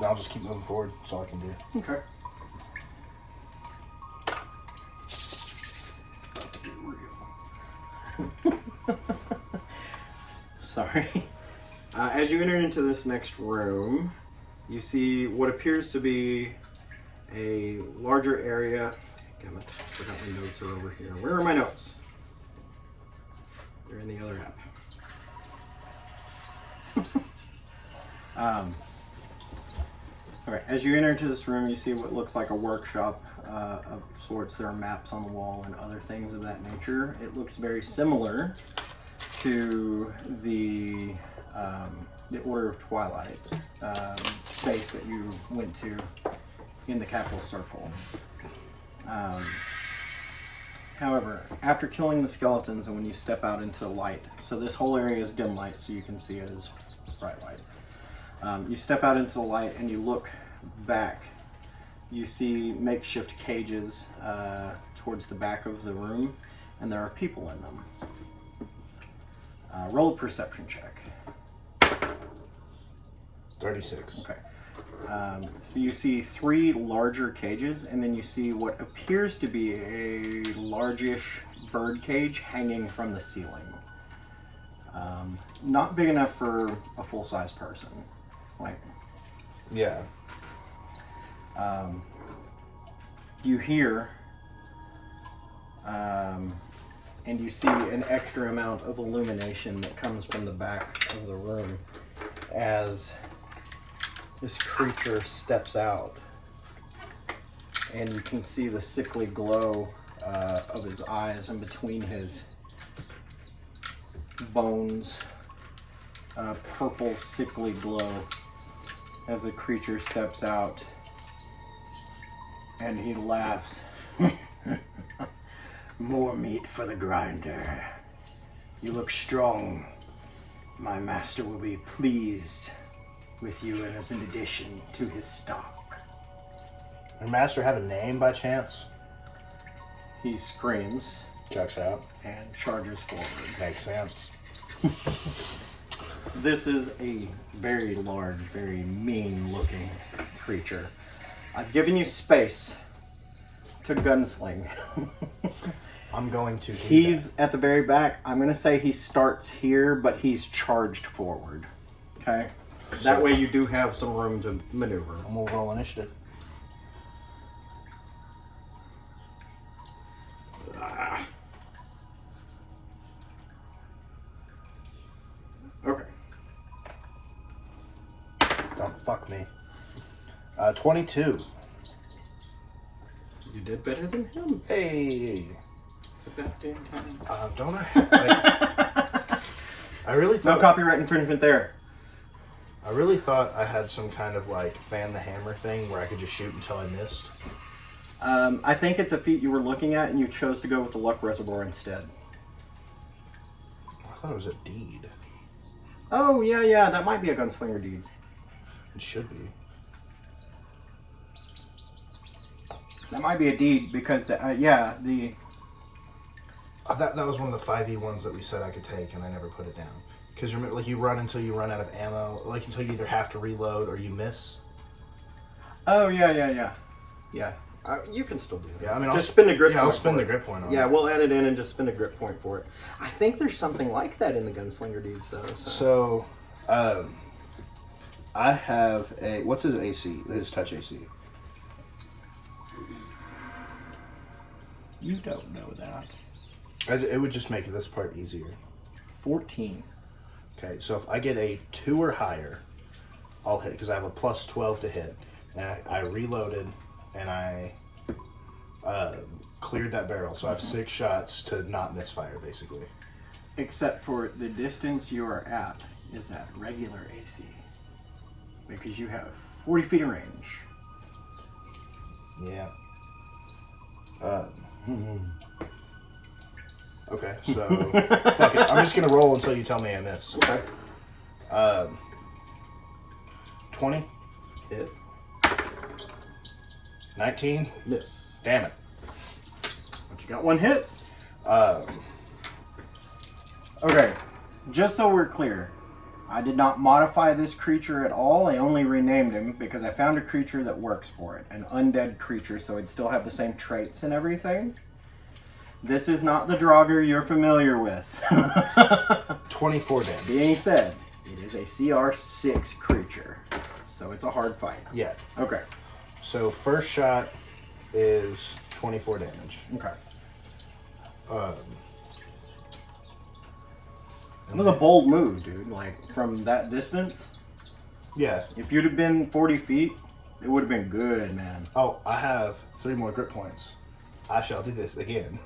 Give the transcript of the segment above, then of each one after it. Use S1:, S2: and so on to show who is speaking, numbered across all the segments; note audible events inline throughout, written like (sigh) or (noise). S1: I'll just keep moving forward. That's all I can do.
S2: Okay. About to get real. (laughs) Sorry. Uh, as you enter into this next room, you see what appears to be a larger area. Damn it, I forgot my notes are over here. Where are my notes? They're in the other app. um, all right, as you enter into this room, you see what looks like a workshop uh, of sorts. There are maps on the wall and other things of that nature. It looks very similar to the um, the Order of Twilight um, base that you went to in the capital circle. Um, however, after killing the skeletons and when you step out into the light, so this whole area is dim light, so you can see it as bright light. Um, you step out into the light and you look back. You see makeshift cages uh, towards the back of the room, and there are people in them. Uh, roll a perception check.
S1: 36.
S2: Okay. Um, so you see three larger cages, and then you see what appears to be a largish bird cage hanging from the ceiling. Um, not big enough for a full size person. Like,
S1: Yeah.
S2: um, you hear um, and you see an extra amount of illumination that comes from the back of the room as this creature steps out and you can see the sickly glow uh, of his eyes and between his bones a purple sickly glow as the creature steps out and he laughs. (laughs) More meat for the grinder. You look strong. My master will be pleased with you and as an addition to his stock.
S1: Your master have a name by chance?
S2: He screams
S1: Checks out.
S2: and charges forward.
S1: Makes sense.
S2: This is a very large, very mean looking creature. I've given you space to gunsling. (laughs)
S1: I'm going to. do
S2: He's at the very back. I'm gonna say he starts here, but he's charged forward. Okay. That way you do have some room to maneuver.
S1: that. And we'll roll initiative.
S2: Okay.
S1: Don't fuck me. Uh, 22.
S2: You did better than him.
S1: Hey.
S2: It's about damn time.
S1: Uh, don't I have, like,
S2: (laughs)
S1: I really
S2: No
S1: thought
S2: copyright infringement there.
S1: I really thought I had some kind of like fan the hammer thing where I could just shoot until I missed.
S2: Um, I think it's a feat you were looking at, and you chose to go with the luck reservoir instead.
S1: I thought it was a deed.
S2: Oh yeah, yeah, that might be a gunslinger deed.
S1: It should be.
S2: That might be a deed because the, uh, yeah the
S1: I thought that was one of the five e ones that we said I could take, and I never put it down. Because remember, like you run until you run out of ammo, like until you either have to reload or you miss.
S2: oh yeah yeah yeah yeah. Uh, you can still do that.
S1: Yeah, I mean,
S2: just
S1: I'll,
S2: spin the grip.
S1: Yeah, I'll
S2: point
S1: spin
S2: for
S1: the
S2: it.
S1: grip point on.
S2: Yeah,
S1: it.
S2: we'll add it in and just spend a grip point for it. I think there's something like that in the Gunslinger Deeds, though. So.
S1: So, um, I have a what's his AC? His touch AC.
S2: You don't know that.
S1: I, it would just make this part easier.
S2: 14.
S1: Okay, so if I get a two or higher, I'll hit because I have a plus twelve to hit, and I, I reloaded, and I uh, cleared that barrel, so I have six shots to not misfire, basically.
S2: Except for the distance you are at is at regular AC. Because you have 40 feet of range.
S1: Yeah. Uh, okay, so fuck it. I'm just gonna roll until you tell me I miss.
S2: Okay.
S1: Um, Twenty.
S2: Hit.
S1: 19?
S2: Miss.
S1: Damn it.
S2: But you got one hit.
S1: Um,
S2: Okay. Just so we're clear, I did not modify this creature at all. I only renamed him because I found a creature that works for it, an undead creature, so it'd still have the same traits and everything. This is not the Draugr you're familiar with. (laughs)
S1: Twenty-four damage.
S2: Being said, it is a CR6 creature, so it's a hard fight.
S1: Yeah.
S2: Okay.
S1: So first shot is twenty-four damage.
S2: Okay.
S1: Um,
S2: That was a bold move, dude. Like from that distance,
S1: yeah.
S2: if you'd have been 40 feet, it would have been good, man.
S1: Oh, I have three more grip points. I shall do this again.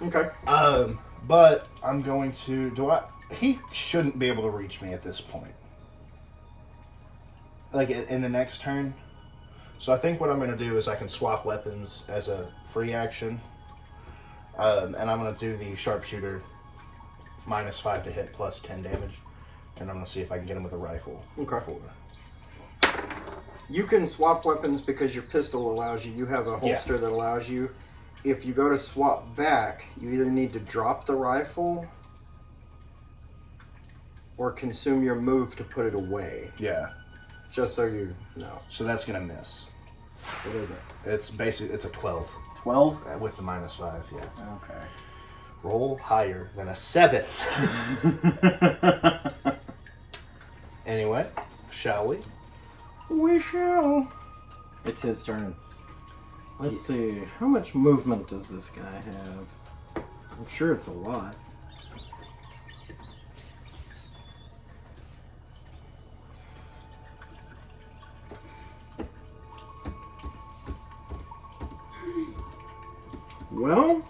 S2: Okay.
S1: Um, but I'm going to. Do I? He shouldn't be able to reach me at this point. Like i- in the next turn. So I think what I'm going to do is I can swap weapons as a free action. Um, and I'm going to do the sharpshooter minus five to hit plus ten damage. And I'm going to see if I can get him with a rifle.
S2: Okay.
S1: For,
S2: You can swap weapons because your pistol allows you. You have a holster that allows you. If you go to swap back, you either need to drop the rifle or consume your move to put it away.
S1: yeah.
S2: Just so you know,
S1: So that's going to miss.
S2: it isn't.
S1: It's basically it's a 12
S2: 12?
S1: uh, with the minus five. Yeah.
S2: Okay.
S1: Roll higher than
S3: (laughs)
S1: a seven. Anyway, shall we?
S2: We shall. It's his turn. Let's see. How much movement does this guy have? I'm sure it's a lot. Well,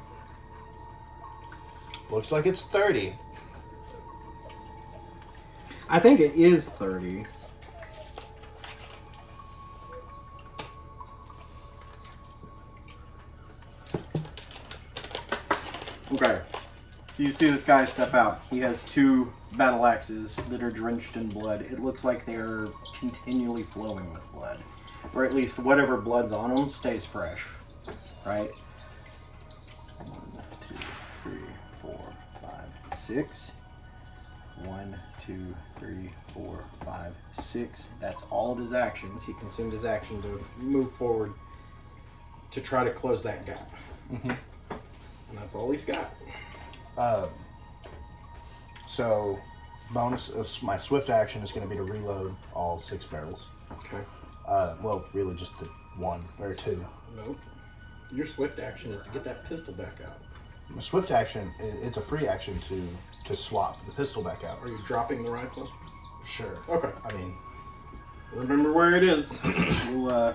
S1: Looks like it's 30.
S2: I think it is 30. Okay. So you see this guy step out. He has two battle axes that are drenched in blood. It looks like they're continually flowing with blood. Or at least whatever blood's on them stays fresh. Right? One, two, three, four, five, six. One, two, three, four, five, six. That's all of his actions. He consumed his action to move forward to try to close that gap. Mm-hmm. And that's all he's got.
S1: So, bonus of s- my swift action is going to be to reload all six barrels.
S3: Okay.
S1: Uh, well, really just the one or two.
S3: Nope. Your swift action is to get that pistol back out.
S1: My swift action, i- it's a free action to to swap the pistol back out.
S3: Are you dropping the rifle?
S1: Sure.
S3: Okay.
S1: I mean,
S3: Remember where it is.
S2: (clears throat) We'll, uh,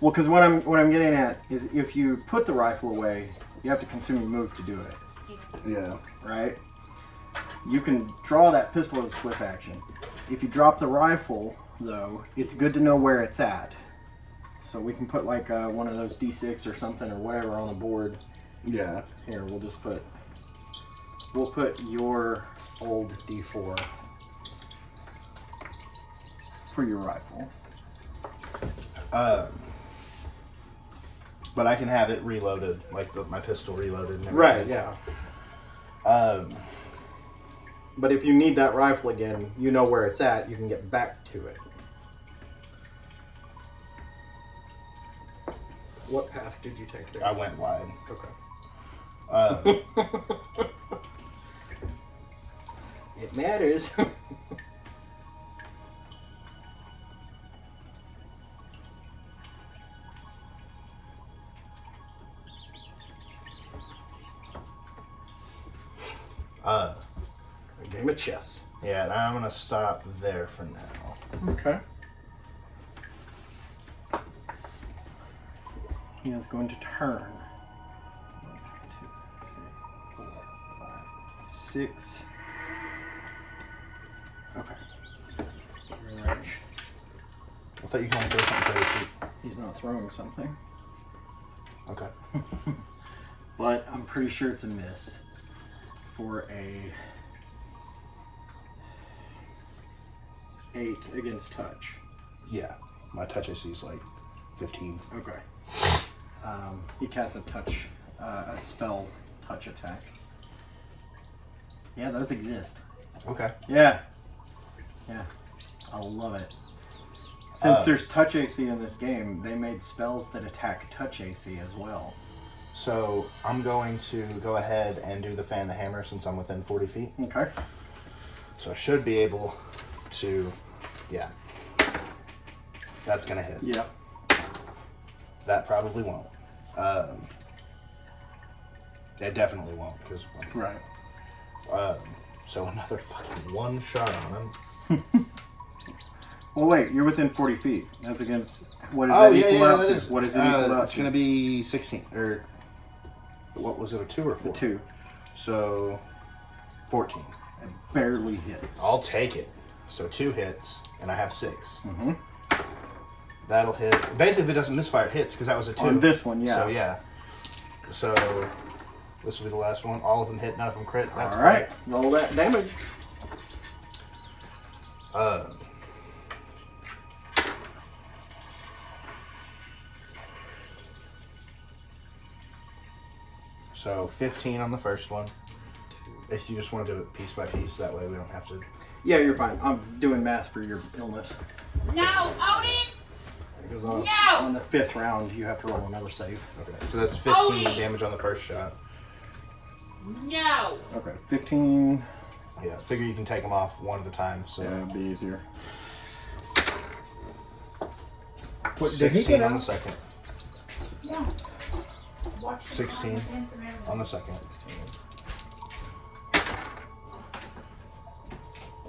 S2: well, because what I'm what I'm getting at is if you put the rifle away, you have to consume your move to do it,
S1: yeah.
S2: right? You can draw that pistol as a swift action. If you drop the rifle, though, it's good to know where it's at. So we can put like uh, one of those D6 or something or whatever on the board.
S1: Yeah.
S2: Here, we'll just put we'll put your old D4 for your rifle.
S1: But I can have it reloaded, like the, my pistol reloaded. And
S2: Right,
S1: everything.
S2: yeah. Um, but if you need that rifle again, you know where it's at. You can get back to it.
S3: what path did you take there?
S1: I went wide.
S3: Okay.
S2: (laughs) It matters. (laughs)
S3: A game of chess.
S1: Yeah, and I'm going to stop there for now.
S2: okay. He is going to turn. One, two, three, four, five, Six. Okay. Range.
S1: I thought you can only throw something 30 feet.
S2: He's not throwing something.
S1: Okay.
S2: but I'm pretty sure it's a miss for a eight against touch.
S1: Yeah. My touch AC is like 15.
S2: Okay. Um, he casts a touch, uh, a spell touch attack. Yeah, those exist.
S1: Okay.
S2: Yeah. Yeah, I love it. Since
S1: Uh,
S2: there's touch AC in this game, they made spells that attack touch AC as well.
S1: So I'm going to go ahead and do the fan the hammer since I'm within 40 feet.
S2: Okay.
S1: So I should be able to, yeah. That's gonna hit.
S2: Yep.
S1: That probably won't. Um, it definitely won't because
S2: Right.
S1: um, so another fucking one shot on him.
S2: Well, wait. You're within 40 feet. That's against what is
S1: Oh
S2: that
S1: yeah,
S2: equal
S1: yeah,
S2: out
S1: that
S2: to?
S1: is.
S2: What is it
S1: uh,
S2: equal out
S1: It's
S2: to?
S1: gonna be 16 or what was it? A two or four?
S2: A two.
S1: So 14.
S2: It barely hits.
S1: I'll take it. So two hits, and I have 6 Mm-hmm. That'll hit. Basically, if it doesn't misfire, it hits because that was a two.
S2: On this one, yeah.
S1: So yeah. So this will be the last one. All of them hit, none of them crit. That's
S2: All right. Roll that damage.
S1: great. Uh, so 15 on the first one. If you just want to do it piece by piece, that way we don't have to.
S2: Yeah, you're fine. I'm doing math for your illness.
S4: No, Odin!
S2: Because on,
S4: No!
S2: on the fifth round, you have to roll another save.
S1: Okay. So that's 15
S4: Owie.
S1: damage on the first shot.
S4: No!
S2: Okay. 15.
S1: Yeah, figure you can take them off one at a time. So
S2: it'd be easier.
S1: What,
S3: did he
S1: sixteen
S3: get
S1: on the
S3: out?
S1: second.
S4: Yeah. Watch the
S1: 16.
S4: lines and some everything.
S1: On the second.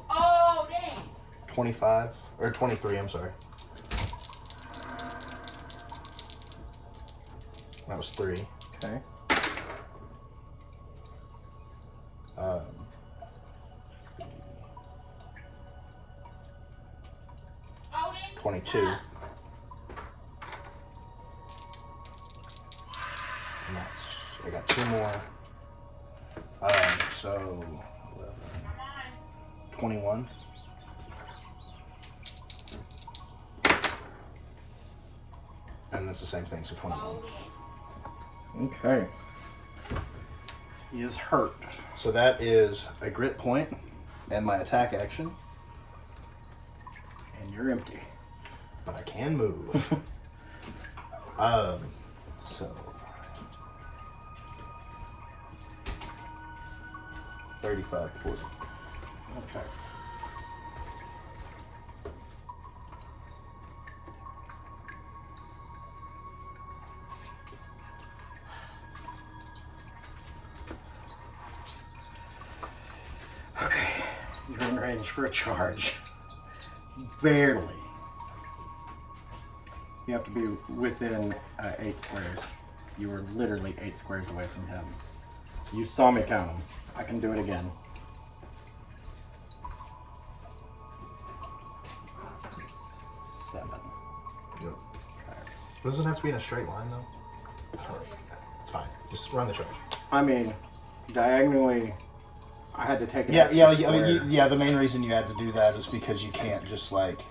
S4: Oh, dang!
S1: Twenty-five or twenty-three. I'm sorry. That was three.
S2: Okay.
S1: Um,
S4: Odin!
S1: twenty-two.
S4: Yeah.
S1: And that's. I got two more. Um, so 11,
S4: Come on.
S1: twenty-one. And that's the same thing. So twenty-one.
S4: Odin.
S2: Okay. He is hurt.
S1: So that is a grit point and my attack action,
S2: And you're empty.
S1: but I can move. (laughs) um, so. 35, 40.
S2: Okay. Okay. You're in range for a charge. Barely. You have to be within uh, eight squares. You were literally eight squares away from him. You saw me count him. I can do it again. Seven.
S1: Yep. Doesn't it have to be in a straight line, though? It's fine. Just run the charge.
S2: I mean, diagonally, I had to take an
S1: Yeah,
S2: extra
S1: yeah, yeah, I mean,
S2: square.
S1: you- yeah. The main reason you had to do that is because you can't just, like,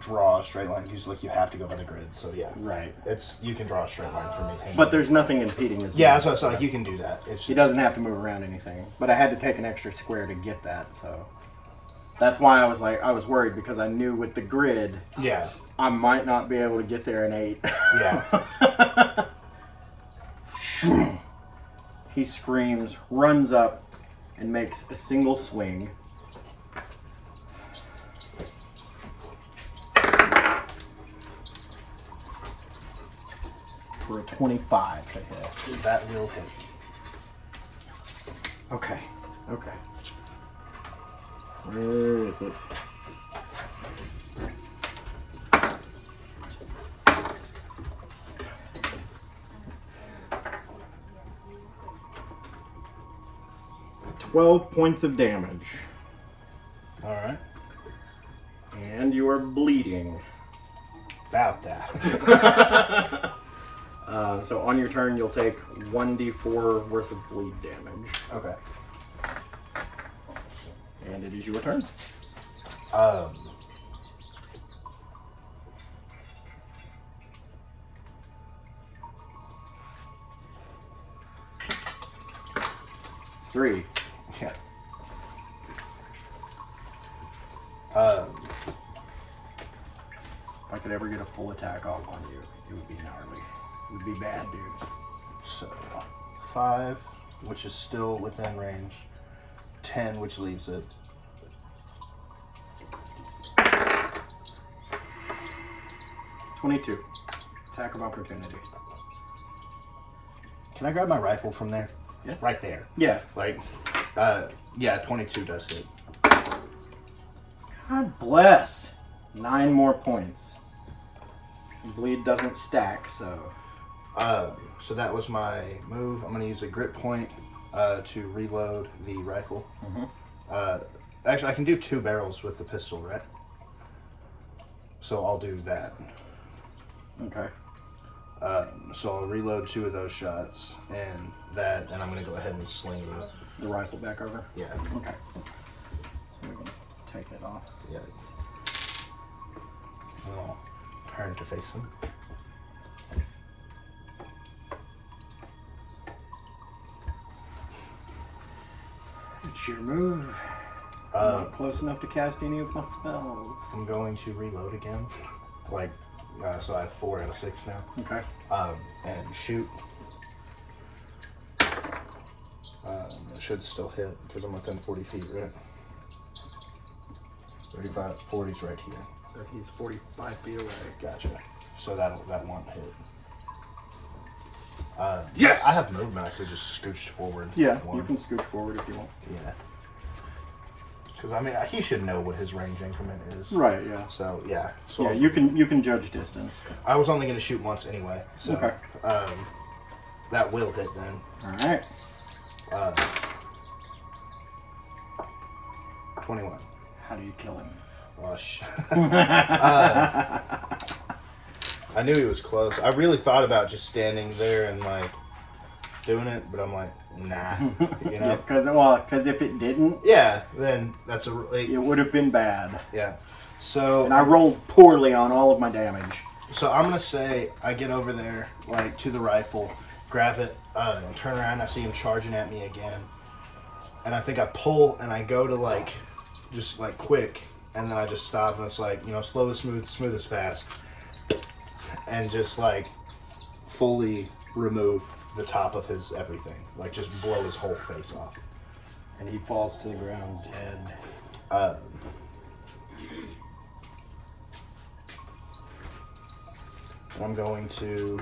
S1: draw a straight line because, like, you have to go by the grid. So, yeah.
S2: Right.
S1: It's You can draw a straight line for me.
S2: But there's nothing impeding his
S1: Yeah, that's
S2: movement.
S1: what I was like. You can do that. It's just,
S2: He doesn't have to move around anything. But I had to take an extra square to get that, so. That's why I was like, I was worried because I knew with the grid,
S1: Yeah,
S2: I might not be able to get there in eight. (laughs)
S1: yeah.
S2: he screams, runs up, and makes a single swing. For a 25 to hit.
S1: that will hit.
S2: Okay, okay. Where is it? Twelve points of damage,
S1: All right.
S2: and you are bleeding.
S1: About that. (laughs)
S2: Uh, so on your turn, you'll take one d4 worth of bleed damage,
S1: okay.
S2: and it is your turn.
S1: Um.
S2: Three.
S1: Yeah.
S2: If I could ever get a full attack off on you, it would be gnarly. It would be bad, dude.
S1: So five, which is still within range. Ten, which leaves it.
S2: Twenty-two. Attack of opportunity.
S1: Can I grab my rifle from there?
S2: Yeah.
S1: Right there.
S2: Yeah.
S1: Like, uh, yeah, 22 does hit.
S2: God bless. Nine more points. Bleed doesn't stack, so
S1: Uh, so that was my move. I'm going to use a grip point uh, to reload the rifle. Uh, actually, I can do two barrels with the pistol, right? So I'll do that.
S2: okay.
S1: Um, so I'll reload two of those shots and that, and I'm going to go ahead and sling the.
S2: The rifle back over.
S1: Yeah.
S2: Okay. So we can take it off.
S1: Yeah. And I'll turn to face him.
S2: It's your move.
S1: Uh,
S2: Not close enough to cast any of my spells.
S1: I'm going to reload again. Like, uh, so I have four out of six now.
S2: Okay.
S1: Um, and shoot. Um, it should still hit because I'm within 40 feet, right? 35, 40's right here.
S2: So he's 45 feet away.
S1: Gotcha. So that'll, that won't hit. Uh, yes! I have movement. I could just scooched forward.
S2: Yeah,
S1: one.
S2: you can scoot forward if you want.
S1: Yeah. Because, I mean, he should know what his range increment is.
S2: Right, yeah.
S1: So, yeah. So
S2: Yeah, you can you can judge distance.
S1: I was only going to shoot once anyway, so
S2: Okay.
S1: um, that will hit then.
S2: All right.
S1: Uh, 21.
S2: How do you kill him?
S1: Oh, sh- (laughs) Uh, I knew he was close. I really thought about just standing there and like doing it, but I'm like, nah, you
S2: (laughs)
S1: know?
S2: because well, because if it didn't,
S1: yeah, then that's a. re-
S2: it
S1: Like,
S2: would have been bad.
S1: yeah. So
S2: And I rolled poorly on all of my damage.
S1: So I'm gonna say I get over there, like to the rifle, grab it, uh, and turn around. I see him charging at me again, and I think I pull and I go to like, just like quick, and then I just stop and it's like you know slow as smooth, smooth as fast, and just like fully remove the top of his everything, like just blow his whole face off.
S2: And he falls to the ground dead.
S1: And I'm going to.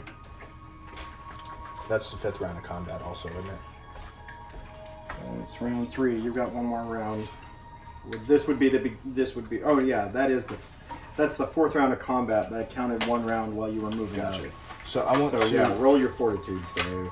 S1: That's the fifth round of combat, also, isn't it?
S2: Well, it's round three. You've got one more round. Would- This would be the be- this would be. Oh yeah, that is the. That's the fourth round of combat, but I counted one round while you were moving.
S1: Gotcha.
S2: up.
S1: So I want
S2: So
S1: to.
S2: yeah, roll your fortitude save.